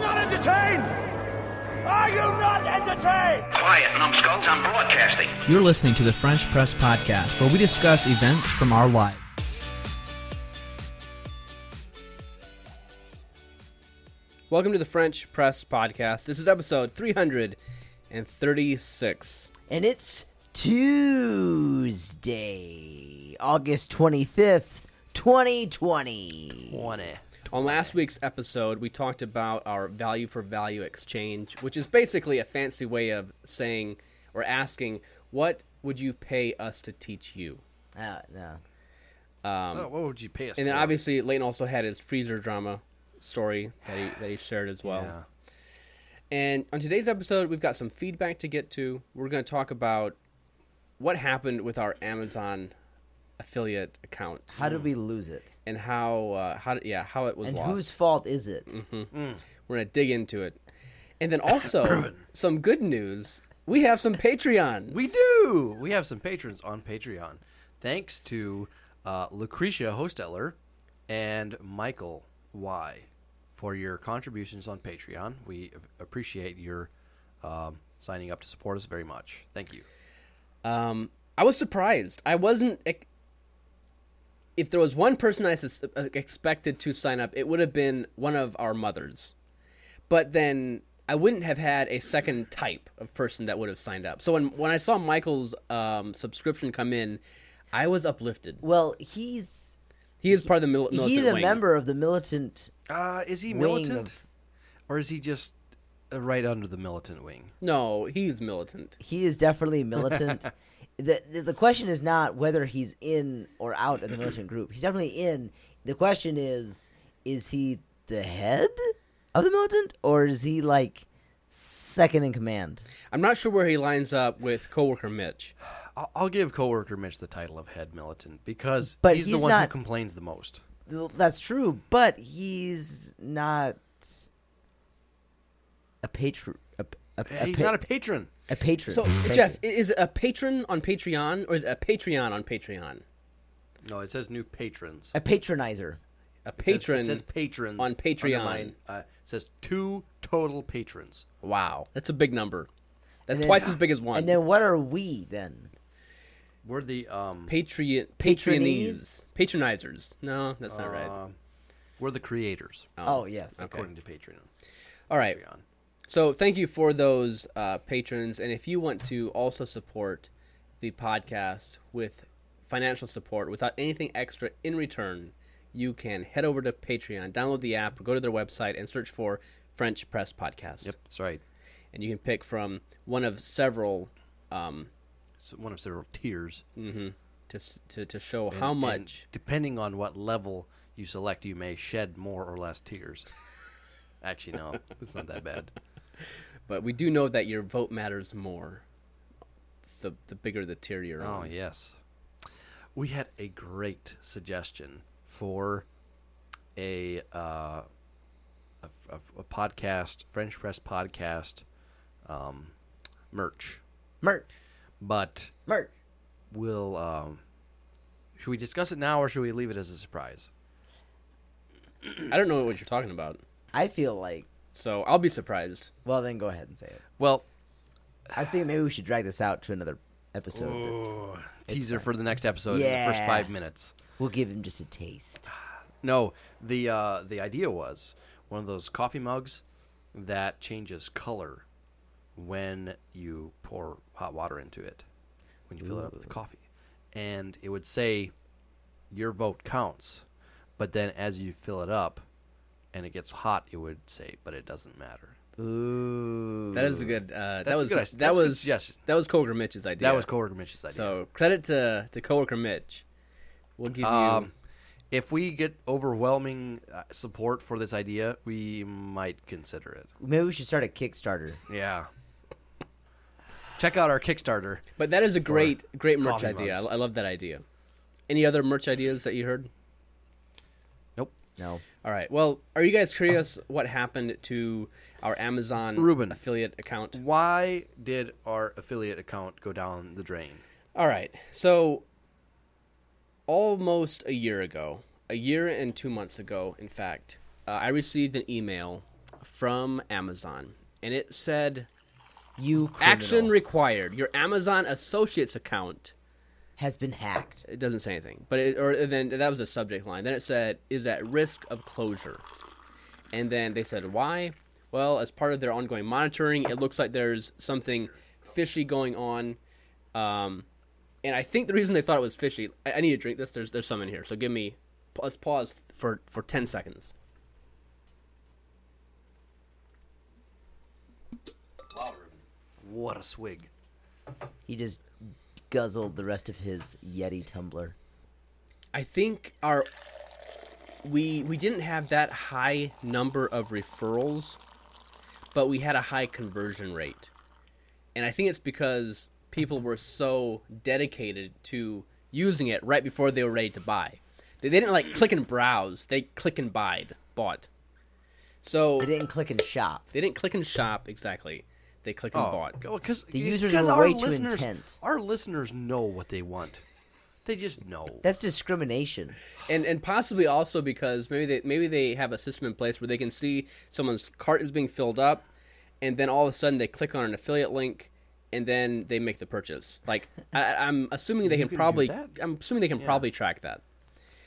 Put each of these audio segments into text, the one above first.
entertained? Are you not entertained? Quiet, numbskulls, I'm broadcasting. You're listening to the French Press Podcast, where we discuss events from our life. Welcome to the French Press Podcast. This is episode 336. And it's Tuesday, August 25th, 2020. On last week's episode, we talked about our value for value exchange, which is basically a fancy way of saying or asking, what would you pay us to teach you? Uh, no. Oh, what would you pay us? And then for? obviously, Layton also had his freezer drama story that he, that he shared as well. Yeah. And on today's episode, we've got some feedback to get to. We're going to talk about what happened with our Amazon affiliate account How did we lose it? and how uh, how yeah how it was And lost. whose fault is it? We're going to dig into it. And then also some good news. We have some Patreon. we do. We have some patrons on Patreon. Thanks to uh, Lucretia Hosteller and Michael Y for your contributions on Patreon. We a- appreciate your um, signing up to support us very much. Thank you. Um, I was surprised. I wasn't. ex- If there was one person I sus- uh, expected to sign up, it would have been one of our mothers. But then I wouldn't have had a second type of person that would have signed up. So when when I saw Michael's um, subscription come in, I was uplifted. Well, he's He is part of the mil- militant he's a wing. member of the militant. Uh, is he Wing militant, of- or is he just uh, right under the militant wing? No, he's militant. He is definitely militant. the, the The question is not whether he's in or out of the militant group. He's definitely in. The question is, is he the head of the militant, or is he like second in command? I'm not sure where he lines up with coworker Mitch. I'll, I'll give coworker Mitch the title of head militant because But he's, he's the one who not- complains the most. Well, That's true, but he's not a patron. A, a, a, He's pa- not a patron. a patron. So Thank Jeff, you. i- is it a patron on Patreon or is it a Patreon on Patreon? No, it says new patrons. a patronizer. A It says- patron. It says, patrons on Patreon. underline, Uh, it says two total patrons. Wow, that's a big number. That's then- uh, twice as big as one. And then what are we then? We're the um, Patreon patronies Patronies? patronizers. No, that's not right. um, we're the creators Oh, yes. according to Patreon. All right. Patreon. So thank you for those uh, patrons, and if you want to also support the podcast with financial support without anything extra in return, you can head over to Patreon, download the app, go to their website, and search for French Press Podcast. Yep, that's right. And you can pick from one of several um, So one of several tiers. to, s- to to show how much. And depending on what level you select, you may shed more or less tears. Actually, no, it's not that bad. But we do know that your vote matters more. The the bigger the tier you're Oh on. yes, we had a great suggestion for a uh, a, a, a podcast, French press podcast, um, merch. Mert. But Mert. we'll um, should we discuss it now or should we leave it as a surprise? I don't know what you're talking about, I feel like. so I'll be surprised. Well, then go ahead and say it. Well, I was thinking maybe we should drag this out to another episode. but teaser for the next episode. in the first Yeah. five minutes. We'll give him just a taste. No, the uh, the idea was one of those coffee mugs that changes color when you pour hot water into it when you fill it up with coffee, and it would say your vote counts, but then as you fill it up and it gets hot, it would say but it doesn't matter. Ooh. That is a good. Uh, that That's a was good- that's a that good was suggestion. that was coworker Mitch's idea. That was coworker Mitch's idea. So credit to to coworker Mitch. We'll give um, if we get overwhelming uh, support for this idea, we might consider it. Maybe we should start a Kickstarter. Yeah. Check out our Kickstarter. you. But that is a great great merch coffee idea. I, mugs. I love that idea. Any other merch ideas that you heard? Nope. No. All right. Well, are you guys curious what happened to our Amazon Ruben. affiliate account? Why did our affiliate account go down the drain? All right. So almost a year ago, a year and two months ago, in fact, uh, I received an email from Amazon, and it said You criminal action required. Your Amazon Associates account. has been hacked. It doesn't say anything, but it, or then that was the subject line. Then it said is at risk of closure, and then they said why? Well, as part of their ongoing monitoring, it looks like there's something fishy going on. Um, and I think the reason they thought it was fishy. I, I need to drink this. There's there's some in here, so give me. Let's pause for for ten seconds. What a swig. He just guzzled the rest of his Yeti tumbler. I think our we we didn't have that high number of referrals, but we had a high conversion rate. And I think it's because people were so dedicated to using it right before they were ready to buy. They, they didn't like click and browse, they click and buyed, bought. So They didn't click and shop. they didn't click and shop exactly. They click Oh, and bought. because the users were are our way too listeners, intent. Our listeners know what they want. They just know. That's discrimination. and and possibly also because maybe they maybe they have a system in place where they can see someone's cart is being filled up, and then all of a sudden they click on an affiliate link, and then they make the purchase. Like I, I- I'm assuming they can, can do probably that. I'm assuming they can probably track that.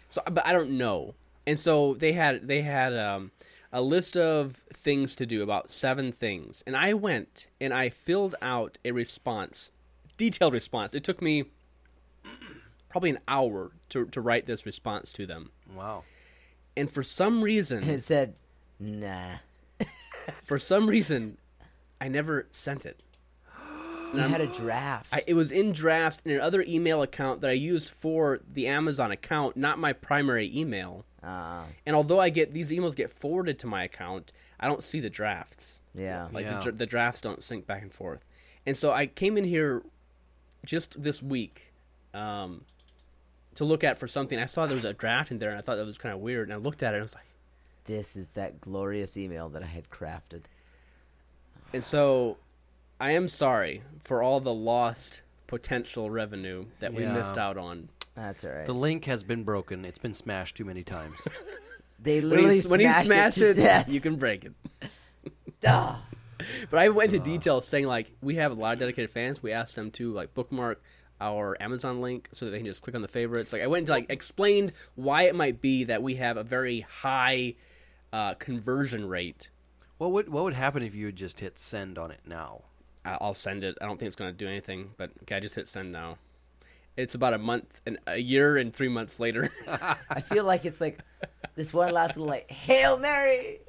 So, but I don't know. And so they had they had um, a list of things to do, about seven things, and I went and I filled out a response, detailed response. It took me probably an hour to, to write this response to them wow. and for some And reason, it said, nah. for some reason, I never sent it. You had a draft. I, it was in drafts in another email account that I used for the Amazon account, not my primary email. And although I get these emails get forwarded to my account, I don't see the drafts. yeah. Like Yeah. the, dr- the drafts don't sync back and forth. And so I came in here just this week um, to look at for something. I saw there was a draft in there, and I thought that was kind of weird. And I looked at it, and I was like. this is that glorious email that I had crafted. And so I am sorry for all the lost potential revenue that we Yeah. missed out on. That's all right. The link has been broken. It's been smashed too many times. they When literally you, when you smashed smash it to it, death. you can break it. But I went into detail saying like we have a lot of dedicated fans. We asked them to like bookmark our Amazon link so that they can just click on the favorites. Like I went into like explained why it might be that we have a very high uh, conversion rate. what would what would happen if you had just hit send on it now? I- I'll send it. I don't think it's going to do anything, but okay, I just hit send now. It's about a month and a year and three months later. I feel like it's like this one last little like Hail Mary,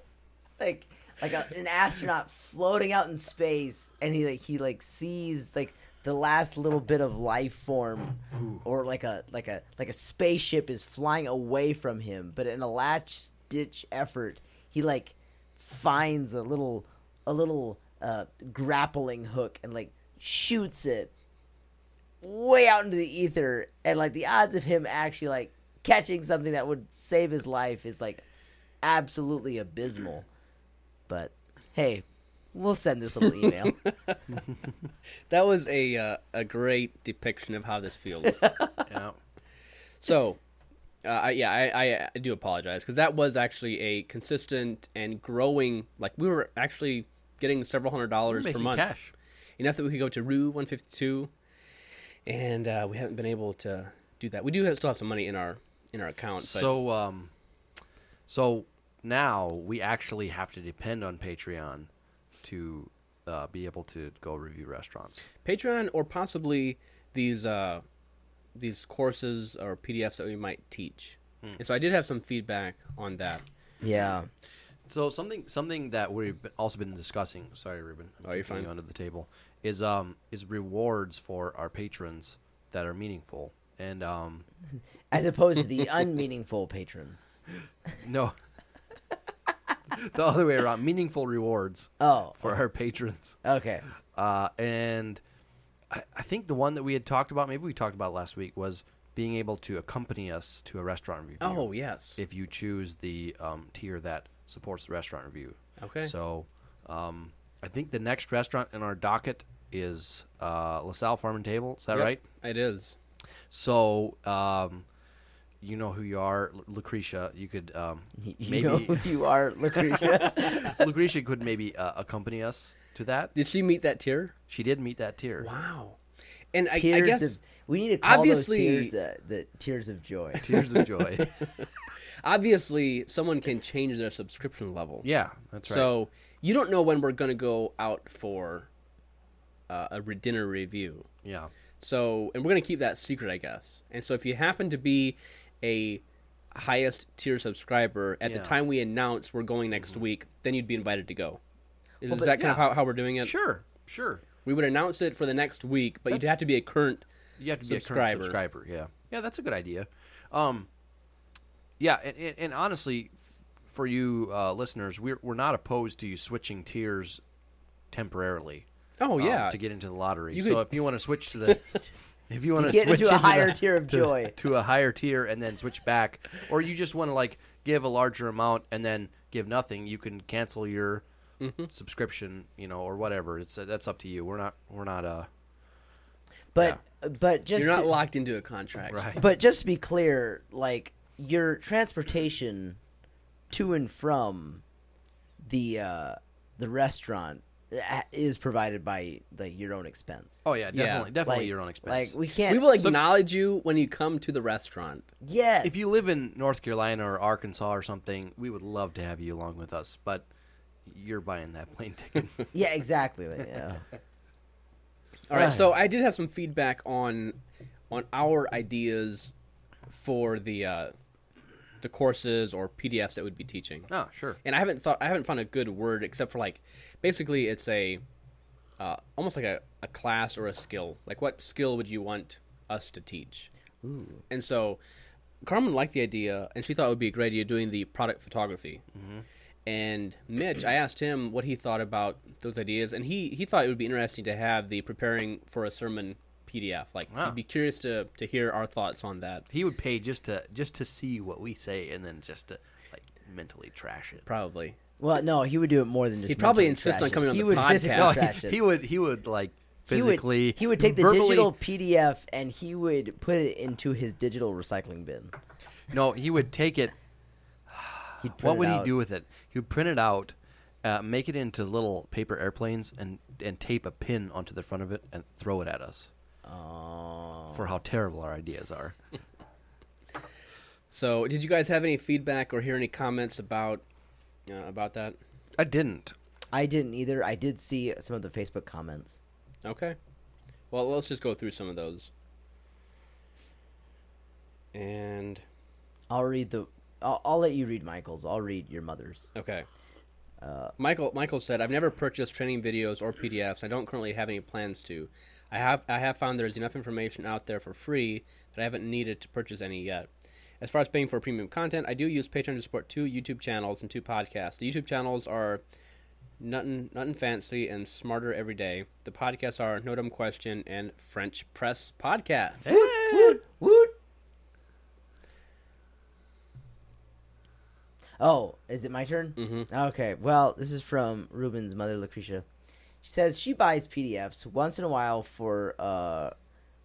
like like a, an astronaut floating out in space, and he like he like sees like the last little bit of life form, or like a like a like a spaceship is flying away from him, but in a latch stitch effort, he like finds a little a little uh, grappling hook and like shoots it way out into the ether and like the odds of him actually like catching something that would save his life is like absolutely abysmal but hey we'll send this little email That was a uh, a great depiction of how this feels. Yeah. so, uh, I, yeah, I, I, I do apologize because that was actually a consistent and growing. Like we were actually getting several hundred dollars per Making month, cash. enough that we could go to Rue One Fifty Two, and uh, we haven't been able to do that. We do have, still have some money in our in our account. But So um, so now we actually have to depend on Patreon to uh, be able to go review restaurants. Patreon or possibly these uh, these courses or PDFs that we might teach. And so I did have some feedback on that. yeah So something something that we've been- also been discussing. Sorry, Ruben. I'm Oh, you're keeping fine. you Under the table is um is rewards for our patrons that are meaningful and um as opposed to the unmeaningful patrons no the other way around meaningful rewards oh for our patrons okay uh and I, I think the one that we had talked about maybe we talked about last week was being able to accompany us to a restaurant review Oh yes. if you choose the um, tier that supports the restaurant review. Okay. So um, I think the next restaurant in our docket is uh, LaSalle Farm and Table. Is that Yep, right? It is. So um, You know who you are, Lu- Lucretia. You could um, You know maybe who you are, Lucretia. Lucretia could maybe uh, accompany us to that. Did she meet that tier? She did meet that tier. Wow. And I, I tears guess of we need to call obviously- those tears the, the tears of joy. Tears of joy. obviously someone can change their subscription level. yeah, that's right. So you don't know when we're gonna go out for uh, a re- dinner review. yeah, So, and we're going to keep that secret, I guess. And so, if you happen to be a highest tier subscriber at Yeah. Mm-hmm. the time we announce we're going next week, then you'd be invited to go. Is, is but- that kind of yeah. how, how we're doing it? sure, sure. We would announce it for the next week, but you'd have to be a current. You have to be a Subscriber. current subscriber. Yeah, yeah, that's a good idea. Um, yeah, and, and, and honestly, f- for you uh, listeners, we're we're not opposed to you switching tiers temporarily. Oh um, yeah, to get into the lottery. You so could- if you want to switch to the, if you want to get switch into a higher the- tier of to- joy. to a higher tier and then switch back, or you just want to like give a larger amount and then give nothing, you can cancel your subscription, you know, or whatever. It's that's up to you. We're not we're not uh But but just you're not to- locked into a contract. right. But just to be clear, like your transportation to and from the uh, the restaurant uh, is provided by like your own expense. Oh yeah, definitely, definitely like, your own expense. Like we can't. We will acknowledge you when you come to the restaurant. Yes. if you live in North Carolina or Arkansas or something, we would love to have you along with us, but you're buying that plane ticket. Yeah. Exactly. like, yeah. All right. So I did have some feedback on on our ideas for the uh, the courses or PDFs that we'd be teaching. oh, sure. and I haven't thought I haven't found a good word except for like basically it's a uh, almost like a, a class or a skill. Like what skill would you want us to teach? And so Carmen liked the idea and she thought it would be a great idea doing the product photography. And Mitch, I asked him what he thought about those ideas and he, he thought it would be interesting to have the preparing for a sermon PDF. Like Wow. he'd be curious to, to hear our thoughts on that. He would pay just to just to see what we say and then just to like mentally trash it. Probably. Well, no, he would do it more than just. He'd probably mentally insist trash on it. coming on he the would podcast. physically No, trash it. Oh, he would he would like He would- physically He would, take the verbally- digital PDF and he would put it into his digital recycling bin. No, he would take it. He'd print what it would he out. do with it? He would print it out, uh, make it into little paper airplanes, and and tape a pin onto the front of it and throw it at us. Oh. For how terrible our ideas are. So, did you guys have any feedback or hear any comments about uh, about that? I didn't. I didn't either. I did see some of the Facebook comments. Okay. Well, let's just go through some of those. And I'll read the. I'll, I'll let you read Michael's. I'll read your mother's. okay. Michael Michael said, "I've never purchased training videos or PDFs. I don't currently have any plans to. I have I have found there is enough information out there for free that I haven't needed to purchase any yet. As far as paying for premium content, I do use Patreon to support two YouTube channels and two podcasts. The YouTube channels are Nuttin Nuttin Fancy and Smarter Every Day. The podcasts are No Dumb Question and French Press Podcast. Oh, is it my turn? Mm-hmm. Okay. Well, this is from Ruben's mother, Lucretia. She says she buys PDFs once in a while for uh,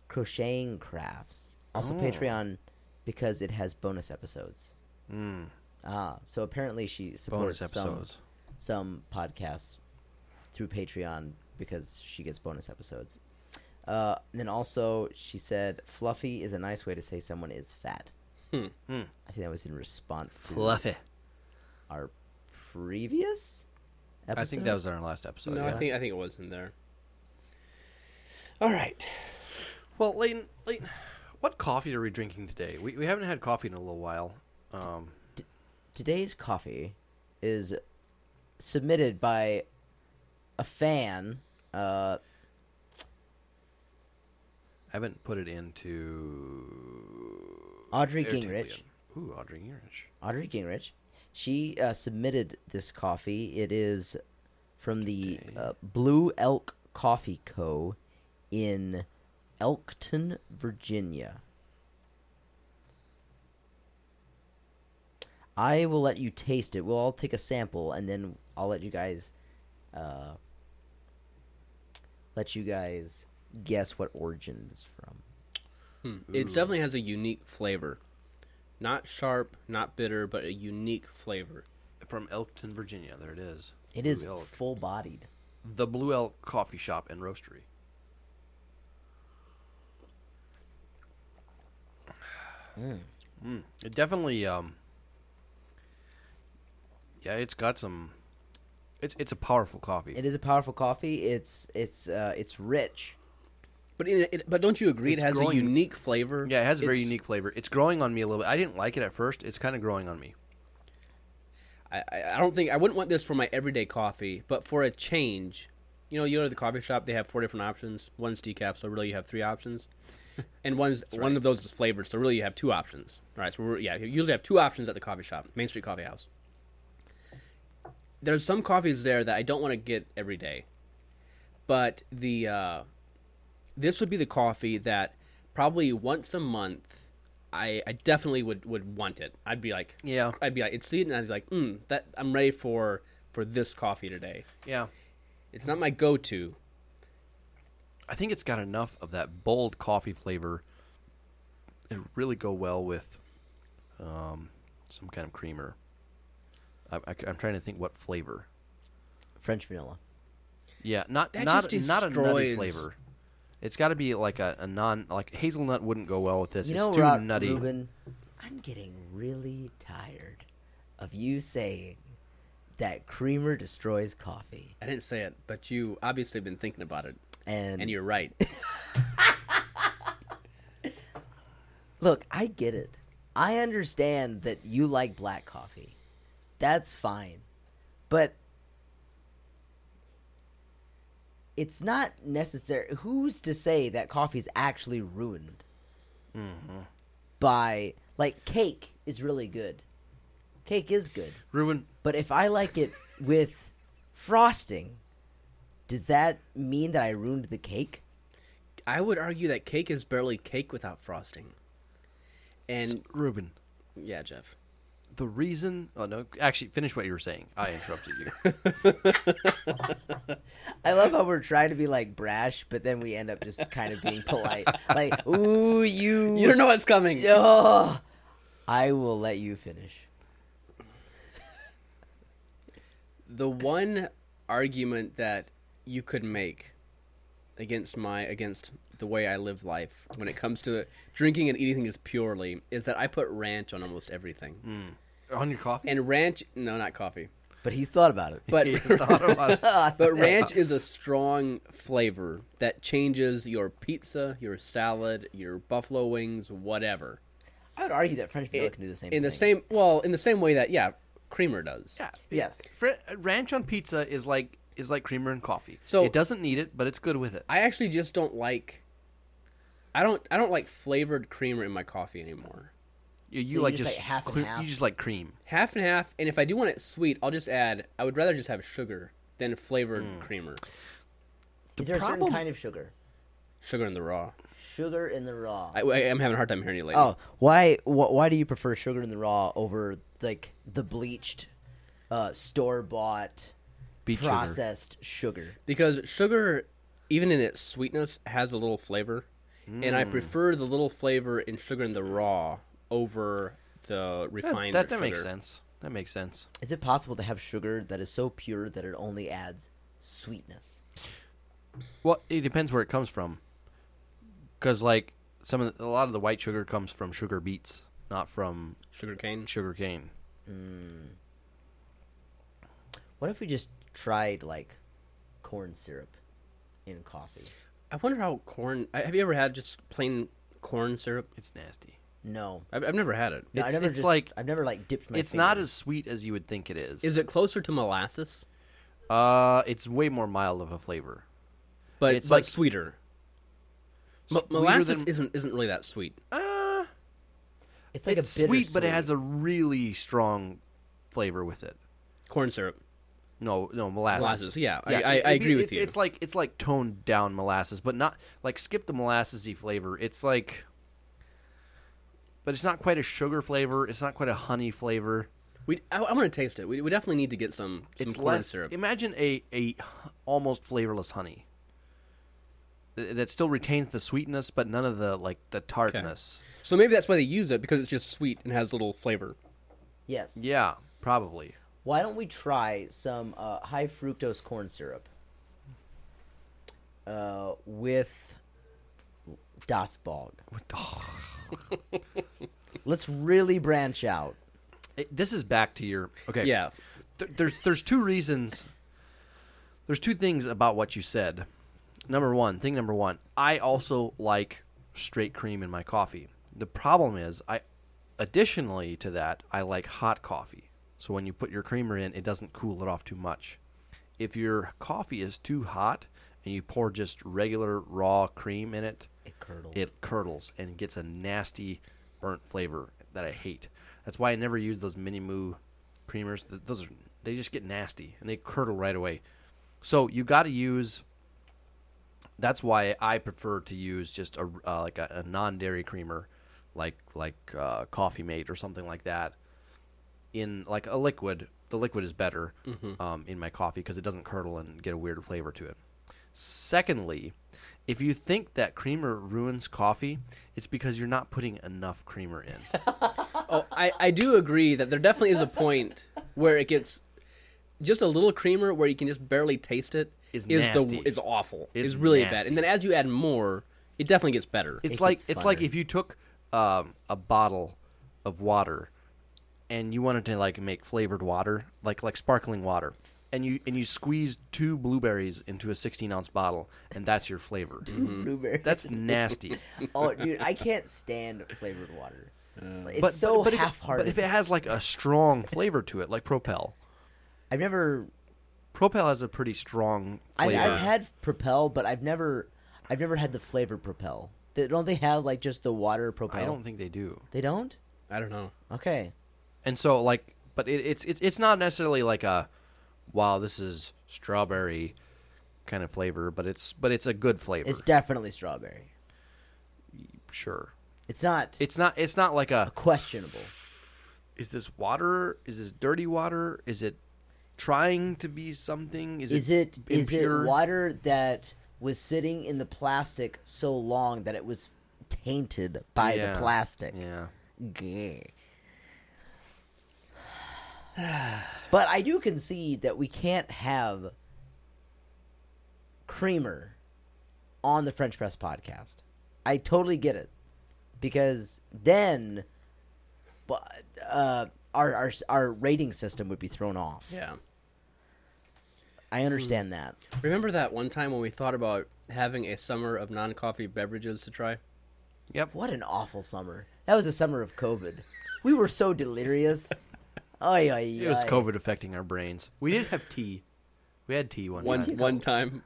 crocheting crafts. Also Oh. Patreon because it has bonus episodes. Mm. Ah, so apparently she supports Hmm. Bonus some episodes. some podcasts through Patreon because she gets bonus episodes. Uh, and then also she said fluffy is a nice way to say someone is fat. Hmm. I think that was in response to Fluffy. our previous episode. I think that was in our last episode. No, I yeah. think I think it was in there. All right. Well, Leighton, Leighton, what coffee are we drinking today? We, we haven't had coffee in a little while. Um, today's coffee is submitted by a fan. Uh, I haven't put it into Audrey air Gingrich. tickling. Ooh, Audrey Gingrich. Audrey Gingrich. She uh, submitted this coffee. It is from the uh, Blue Elk Coffee Co. in Elkton, Virginia. I will let you taste it. We'll all take a sample, and then I'll let you guys, uh, let you guys guess what origin it's from. Mm. It definitely has a unique flavor. Not sharp, not bitter, but a unique flavor. From Elkton, Virginia. There it is. It is Blue Elk. full bodied. the Blue Elk Coffee Shop and Roastery. Mm. It definitely, um, yeah, it's got some. It's it's a powerful coffee. It is a powerful coffee. It's it's uh, it's rich. But in it, but don't you agree It's it has growing- a unique flavor? yeah, it has a very It's- unique flavor. It's growing on me a little bit. I didn't like it at first. It's kind of growing on me. I, I I don't think I wouldn't want this for my everyday coffee, but for a change, you know, you go to the coffee shop, they have four different options. One's decaf, so really you have three options, and one's one of those is flavored, so really you have two options. All right, so we're, yeah, you usually have two options at the coffee shop, Main Street Coffee House. There's some coffees there that I don't want to get every day, but the uh, this would be the coffee that probably once a month. I, I definitely would, would want it. I'd be like, Yeah, I'd be like, it's sweet, and I'd be like, mm, that I'm ready for for this coffee today. yeah. It's not my go-to. I think it's got enough of that bold coffee flavor. It really go well with um, some kind of creamer. I, I, am trying to think what flavor. French vanilla. Yeah, not That not just not a nutty destroys- flavor. It's got to be like a, a non like hazelnut wouldn't go well with this. You it's know, too Rob nutty. Rubin, I'm getting really tired of you saying that creamer destroys coffee, I didn't say it, but you obviously have been thinking about it, and, and you're right. look, I get it. I understand that you like black coffee. That's fine, but it's not necessary. Who's to say that coffee's actually ruined Mm-hmm. by like cake is really good. Cake is good. Ruben, But if I like it with frosting, does that mean that I ruined the cake? I would argue that cake is barely cake without frosting. And Ruben, yeah, Jeff. the reason. Oh no, actually, finish what you were saying. I interrupted you. I love how we're trying to be like brash, but then we end up just kind of being polite. Like, ooh, you. You don't know what's coming. Ugh. I will let you finish. The one argument that you could make against my against the way I live life when it comes to drinking and eating is purely is that I put ranch on almost everything. On your coffee. And ranch, no, not coffee. But he's thought about it. But But But ranch is a strong flavor that changes your pizza, your salad, your buffalo wings, whatever. I would argue that French vanilla can do the same in thing. the same well, in the same way that yeah, creamer does. yeah, Yes. Fr- ranch on pizza is like is like creamer and coffee. So- it doesn't need it, but it's good with it. I actually just don't like I don't I don't like flavored creamer in my coffee anymore. You, you you like just just, like half and cre- half? You just like cream. Half and half, and if I do want it sweet, I'll just add I would rather just have sugar than flavored Mm. creamer. Is there a problem- certain kind of sugar? Sugar in the raw. Sugar in the raw. I, I am having a hard time hearing you lately. Oh, why wh- why do you prefer sugar in the raw over like the bleached, uh, store bought, Beet sugar. processed sugar? because sugar even in its sweetness has a little flavor and Hmm. i prefer the little flavor in sugar in the raw over the That- refined that that makes sugar. sense. That makes sense. Is it possible to have sugar that is so pure that it only adds sweetness? Well, it depends where it comes from. Because like some of the, a lot of the white sugar comes from sugar beets, not from sugar cane sugar cane. What if we just tried like corn syrup in coffee? i wonder how corn I- have you ever had just plain corn syrup It's nasty. No, i've, I've never had it. Is No, It's- I never it's just, like- I've never like dipped my. it's not finger. as sweet as you would think it is. it closer to molasses Uh, it's way more mild of a flavor. but It's but like- sweeter Mo- Sweeter molasses than- isn't isn't really that sweet It's like it's a bitter sweet, but it has a really strong flavor with it. corn syrup No, no molasses. Molasses, yeah, I- I- it- I it'd be- agree with it's, you. It's like it's like toned down molasses, but not like skip the molassesy flavor. It's like, but it's not quite a sugar flavor. It's not quite a honey flavor. we i, want to taste it we, we definitely need to get some some it's corn less, syrup Imagine a a h- almost flavorless honey. th- that still retains the sweetness, but none of the like the tartness. So maybe that's why they use it because it's just sweet and has little flavor. Yes. Yeah, probably. Why don't we try some uh, high fructose corn syrup uh, with Das Bog? Let's really branch out. It- this is back to your okay. Yeah. Th- there's there's two reasons. There's two things about what you said. Number one, thing number one, I also like straight cream in my coffee. The problem is, I additionally to that, I like hot coffee. So when you put your creamer in, it doesn't cool it off too much. If your coffee is too hot and you pour just regular raw cream in it, It curdles. it curdles and gets a nasty burnt flavor that I hate. That's why I never use those mini moo creamers. Th- Those are they just get nasty and they curdle right away. So you got to use. That's why I prefer to use just a uh, like a, a non dairy creamer, like like uh, Coffee Mate or something like that. In like a liquid, the liquid is better um, in my coffee because it doesn't curdle and get a weird flavor to it. Secondly, if you think that creamer ruins coffee, it's because you're not putting enough creamer in. Oh, I, I do agree that there definitely is a point where it gets just a little creamer where you can just barely taste it Is the nasty. is awful. Is Is, really bad. nasty. And then as you add more, it definitely gets better. It's It like gets it's like finer. if you took um, a bottle of water and you wanted to like make flavored water, like like sparkling water, and you and you squeezed two blueberries into a 16 ounce bottle, and that's your flavor. Blueberry. That's nasty. oh, dude, I can't stand flavored water. it's Um, But so but, but if it- half-hearted. But if it has like a strong flavor to it, like Propel, I've never Propel has a pretty strong I, flavor. I've had Propel, but I've never, I've never had the flavored Propel. They, don't they have like just the water Propel? I don't think they do. They don't. I don't know. Okay. And so like, but it, it's it's it's not necessarily like a, wow, this is strawberry, kind of flavor. But it's but it's a good flavor. It's definitely strawberry. sure. It's not It's not it's not like a. questionable. Is this water? Is this dirty water? Is it trying to be something? Is, Is it is it impure? water that was sitting in the plastic so long that it was tainted by Yeah. the plastic? Yeah. Gah. but I do concede that we can't have creamer on the French Press podcast. I totally get it because then, bu- uh, our our our rating system would be thrown off. Yeah. I understand Hmm. that. Remember that one time when we thought about having a summer of non coffee beverages to try? Yep. What an awful summer. That was a summer of COVID. We were so delirious. Ay, ay, It was ay. COVID affecting our brains. We did have tea. We had tea one, One time. one time.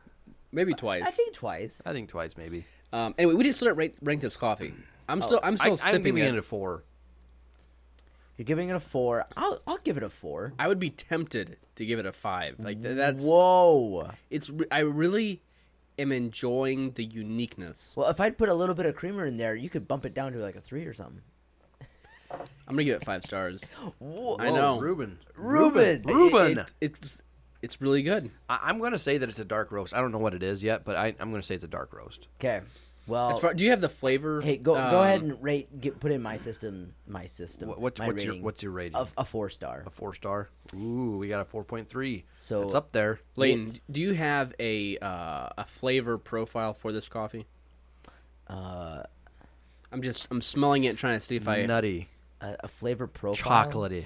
Maybe twice. I think twice. I think twice maybe. um, anyway, we didn't start rank, rank this coffee. I'm still I'm still Oh, I, I'm sipping giving it. it a four. You're giving it a four. I'll I'll give it a four. I would be tempted to give it a five. Like th- that's Whoa. it's. Re- I really am enjoying the uniqueness. Well, if I'd put a little bit of creamer in there, you could bump it down to like a three or something. I'm gonna give it five stars. Whoa. I know. Oh, Ruben. Reuben. Ruben. It- it's it's really good. I, I'm gonna say that it's a dark roast. I don't know what it is yet, but I, I'm gonna say it's a dark roast. Okay. Well, As far, do you have the flavor? Oh. hey, go go um, ahead and rate. Get put in my system. My system. What- what's- my what's your- rating. what's your rating? A, a four star. A four star. Ooh, we got a four point three. So- it's up there. Layton, do you have a uh, a flavor profile for this coffee? Uh, Uh, I'm just I'm smelling it, trying to see if I. Nutty, A, a flavor profile. chocolatey.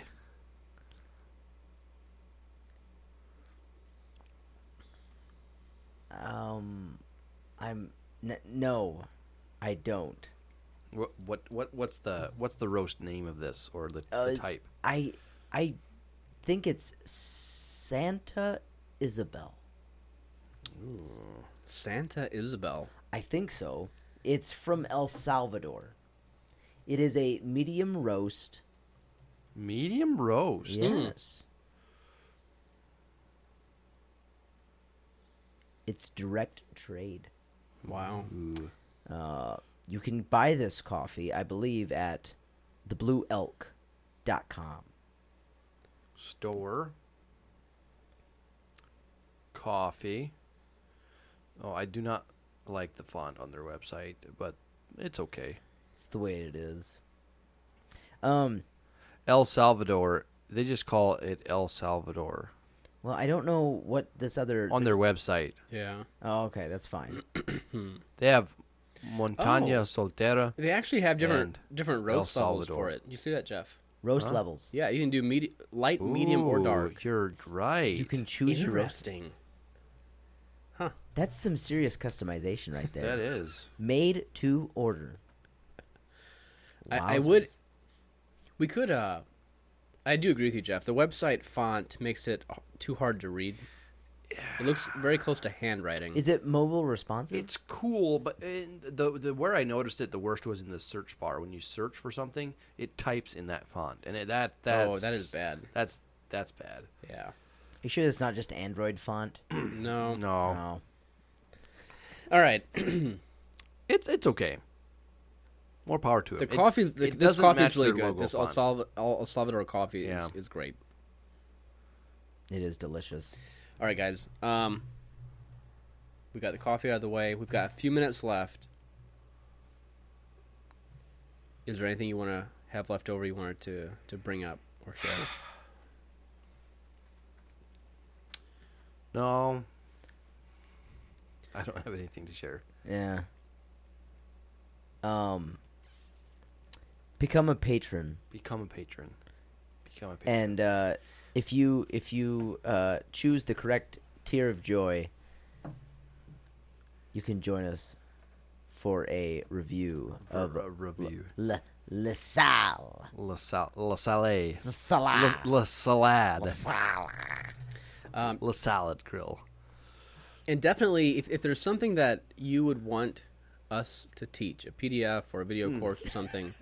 I'm n- no, I don't. What, what what what's the what's the roast name of this or the, Uh, the type? I I think it's Santa Isabel. Santa Isabel. I think so. It's from El Salvador. It is a medium roast. Medium roast. Yes. It's direct trade. Wow. You can buy this coffee, I believe, at theblueelk.com. Store. Coffee. Oh, I do not. like the font on their website, but it's okay. It's the way it is. Um. El Salvador, they just call it El Salvador Well, I don't know what this other. on their website. Yeah. oh, okay, that's fine. They have Montaña Soltera. They actually have different And different El roast levels for Salvador. it. You see that, Jeff? Roast levels. Yeah, you can do medi- light, medium, or Ooh, dark. You're right. You can choose your roast. Interesting. That's some serious customization right there. That is. Made to order. I, I would. Wowzers. We could. uh I do agree with you, Jeff. The website font makes it h- too hard to read. It looks very close to Hmm. handwriting. Is it mobile responsive? It's cool, but in the, the where I noticed it the worst was in the search bar. When you search for something, it types in that font, and it, that that's, Oh, that is bad. That's that's bad. yeah. Are you sure it's not just Android font? Oh, No. No, No. All right. it's it's okay. More power to it. The It- coffee. it This doesn't coffee match is really their good. logo This El, font. Salv- El El Salvador coffee Yeah. is, is great. It is delicious. All right, guys. Um, we got the coffee out of the way. We've got a few minutes left. Is there anything you want to have left over? You wanted to to bring up or share? No, I don't have anything to share. Yeah. Um. Become a patron, Become a patron. Become a patron. and uh, if you if you uh, choose the correct tier of joy, you can join us for a review of a review. Le Le Salle. La, sal, la Salée. The Salah. La, la Salad. Salah. La Salad Grill. And definitely, if, if there's something that you would want us to teach, a PDF or a video course or something,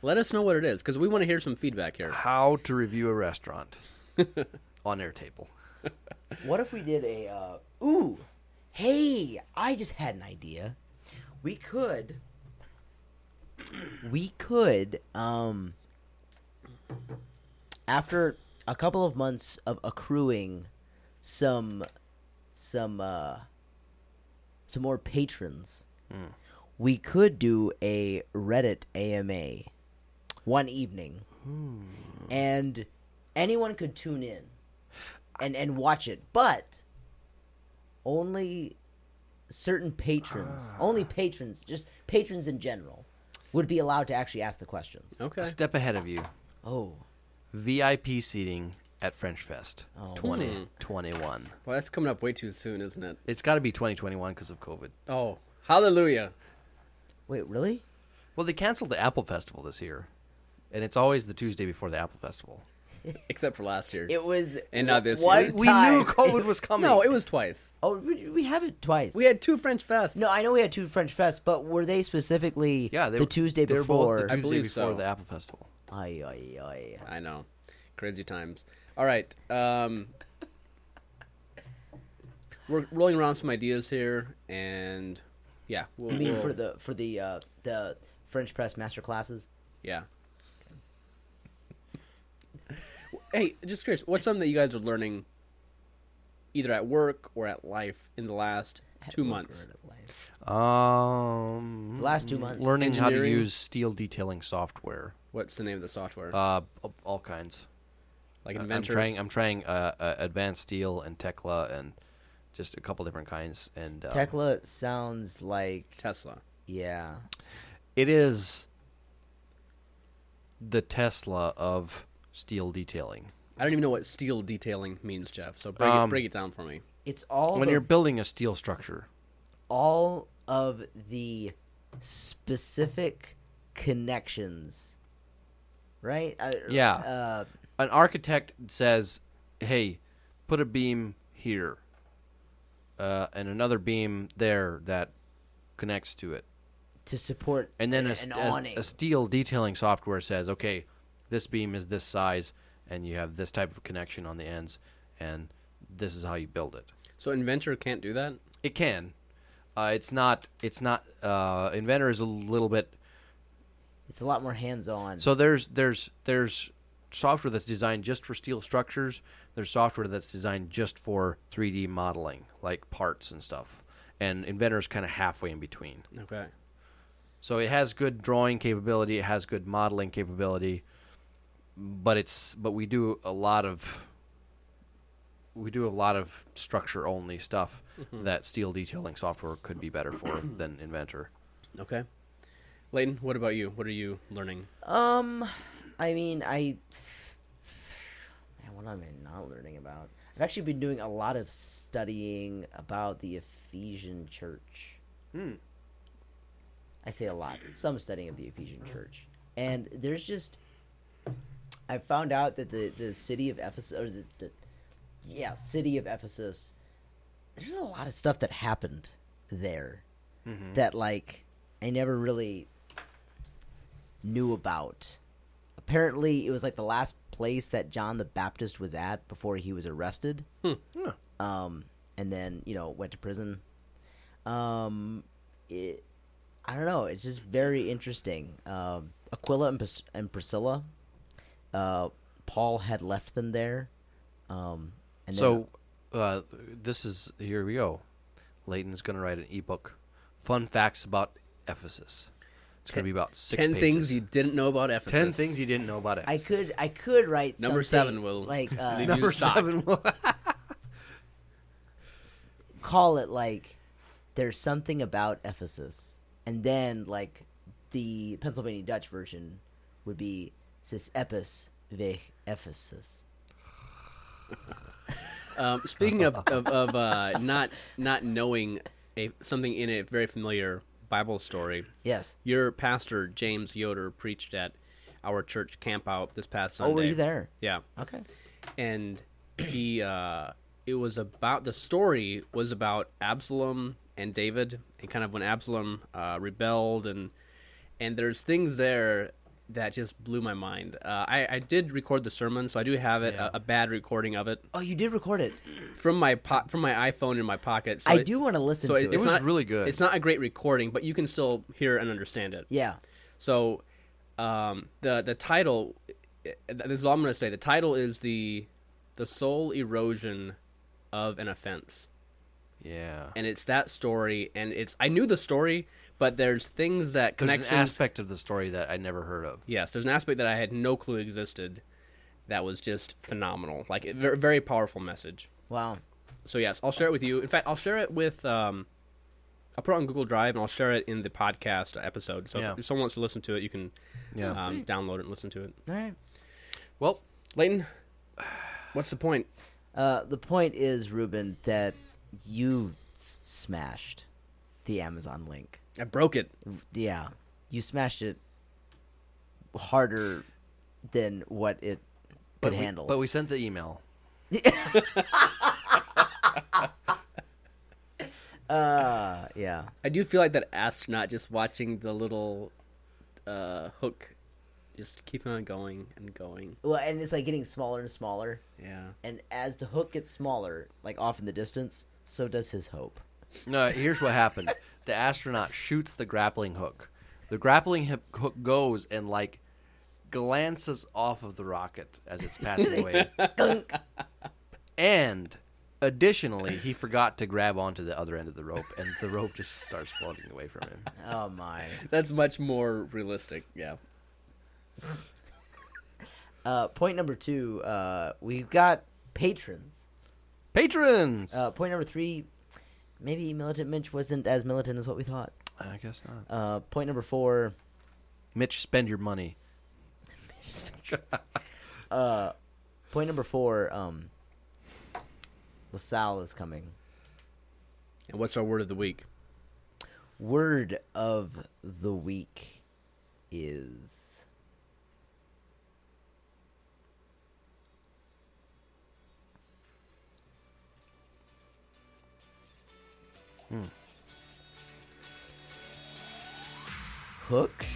let us know what it is because we want to hear some feedback here. How to review a restaurant on Airtable. What if we did a uh, ooh, hey, I just had an idea. We could we could um after a couple of months of accruing some some uh some more patrons. We could do a Reddit AMA one evening. And anyone could tune in and and watch it, but only certain patrons, Ah. only patrons, just patrons in general, would be allowed to actually ask the questions. Okay. A step ahead of you. Oh, VIP seating at French Fest Hmm. 2021. Well, that's coming up way too soon, isn't it? It's got to be 2021 because of COVID. Oh, hallelujah. wait, really? Well, they canceled the Apple Festival this year, and it's always the Tuesday before the Apple Festival. Except for last year. It was And not this one year. We time- knew COVID was coming. no, it was twice. Oh, we, we have it twice. We had two French fests. no, I know we had two French fests, but were they specifically yeah, they the were- Tuesday they were before? Both the Tuesday believe before so. the Apple Festival. Ay, ay, ay. I know. Crazy times. All right. Um, we're rolling around some ideas here, and yeah, we'll, I mean, we'll- for the for the uh, the French press master classes. yeah. hey, just curious, what's something that you guys are learning, either at work or at life, in the last two months? Um, The last two months. learning how to Engineering. use steel detailing software, What's the name of the software? uh, of all kinds. like I- Inventor. I'm trying. I'm trying uh, uh, advanced steel and Tekla and just a couple different kinds. And um, Tekla sounds like Tesla. yeah. it is the Tesla of steel detailing. I don't even know what steel detailing means, Jeff. So break, Um, it, break it down for me. It's all When the- you're building a steel structure, all of the specific connections, right? Uh, Yeah. Uh, an architect says, "Hey, put a beam here, uh, and another beam there that connects to it." to support And then an, a, st- an a- awning. a steel detailing software says, okay, this beam is this size, and you have this type of connection on the ends, and this is how you build it. So Inventor can't do that? It can. Uh, it's not. It's not. Uh, Inventor is a little bit. it's a lot more hands-on. So there's there's there's software that's designed just for steel structures. There's software that's designed just for 3D modeling, like parts and stuff. and Inventor's kind of halfway in between. Okay. So it has good drawing capability, it has good modeling capability, but it's but we do a lot of we do a lot of structure only stuff Mm-hmm. that steel detailing software could be better for than Inventor. Okay. Layton, what about you? What are you learning? Um, I mean, I. Man, what am I not learning about? I've actually been doing a lot of studying about the Ephesian church. Hmm. I say a lot. Some studying of the Ephesian church. And there's just. I found out that the, the city of Ephesus, or the, the. Yeah, city of Ephesus. There's a lot of stuff that happened there that, like, I never really knew about. Apparently, it was like the last place that John the Baptist was at before he was arrested. Um, and then you know went to prison. Um, it, I don't know. It's just very interesting. Um, Aquila and, Pris- and Priscilla. Uh, Paul had left them there. Um, and then, So uh, this is here we go. Layton's going to write an ebook, fun facts about Ephesus. It's going to be about six Ten things pages. you didn't know about Ephesus. ten things you didn't know about I Ephesus. could I could write Number something seven will like uh, leave you number shocked. seven. call it like there's something about Ephesus, and then like the Pennsylvania Dutch version would be sis epis vech Ephesus. Um, speaking of of, of uh, not not knowing a something in a very familiar Bible story, Yes. your pastor James Yoder preached at our church camp out this past Sunday. Oh, were you there? Yeah, Okay. and he uh, it was about the story was about Absalom and David and kind of when Absalom uh, rebelled and and there's things there that just blew my mind. Uh, I, I did record the sermon, so I do have it a, a bad recording of it Oh, you did record it. from my po- from my iPhone in my pocket. So I it- do want to listen So to it, it. it's was not really good. It's not a great recording, but you can still hear and understand it. yeah. So, um, the the title, th- this is all I'm going to say. The title is the the soul erosion of an offense, Yeah. and it's that story. And it's I knew the story, but there's things that There's an connections. aspect of the story that I never heard of. yes, there's an aspect that I had no clue existed. That was just phenomenal. Like a ver- very powerful message. Wow. So yes, I'll share it with you. In fact, I'll share it with. Um, I'll put it on Google Drive and I'll share it in the podcast episode. So Yeah. if someone wants to listen to it, you can Yeah. um, download it and listen to it. All right. Well, Layton, what's the point? Uh, the point is, Ruben, that you s- smashed the Amazon link. I broke it. Yeah, you smashed it harder than what it could we- handle. but we sent the email. yeah. I do feel like that astronaut just watching the little uh, hook just keep on going and going. Well, and it's like getting smaller and smaller. Yeah. And as the hook gets smaller, like off in the distance, so does his hope. No, here's what happened. The astronaut shoots the grappling hook. The grappling hip- hook goes and like glances off of the rocket as it's passing away. Gunk. And additionally, he forgot to grab onto the other end of the rope and the rope just starts floating away from him. Oh my. That's much more realistic. Yeah. Uh, point number two. Uh, we've got patrons. Patrons. Uh, point number three. Maybe militant Mitch wasn't as militant as what we thought. I guess not. Uh, point number four. Mitch, spend your money. Point number four. Um, LaSalle is coming. And what's our word of the week? Word of the week is Hmm. hook.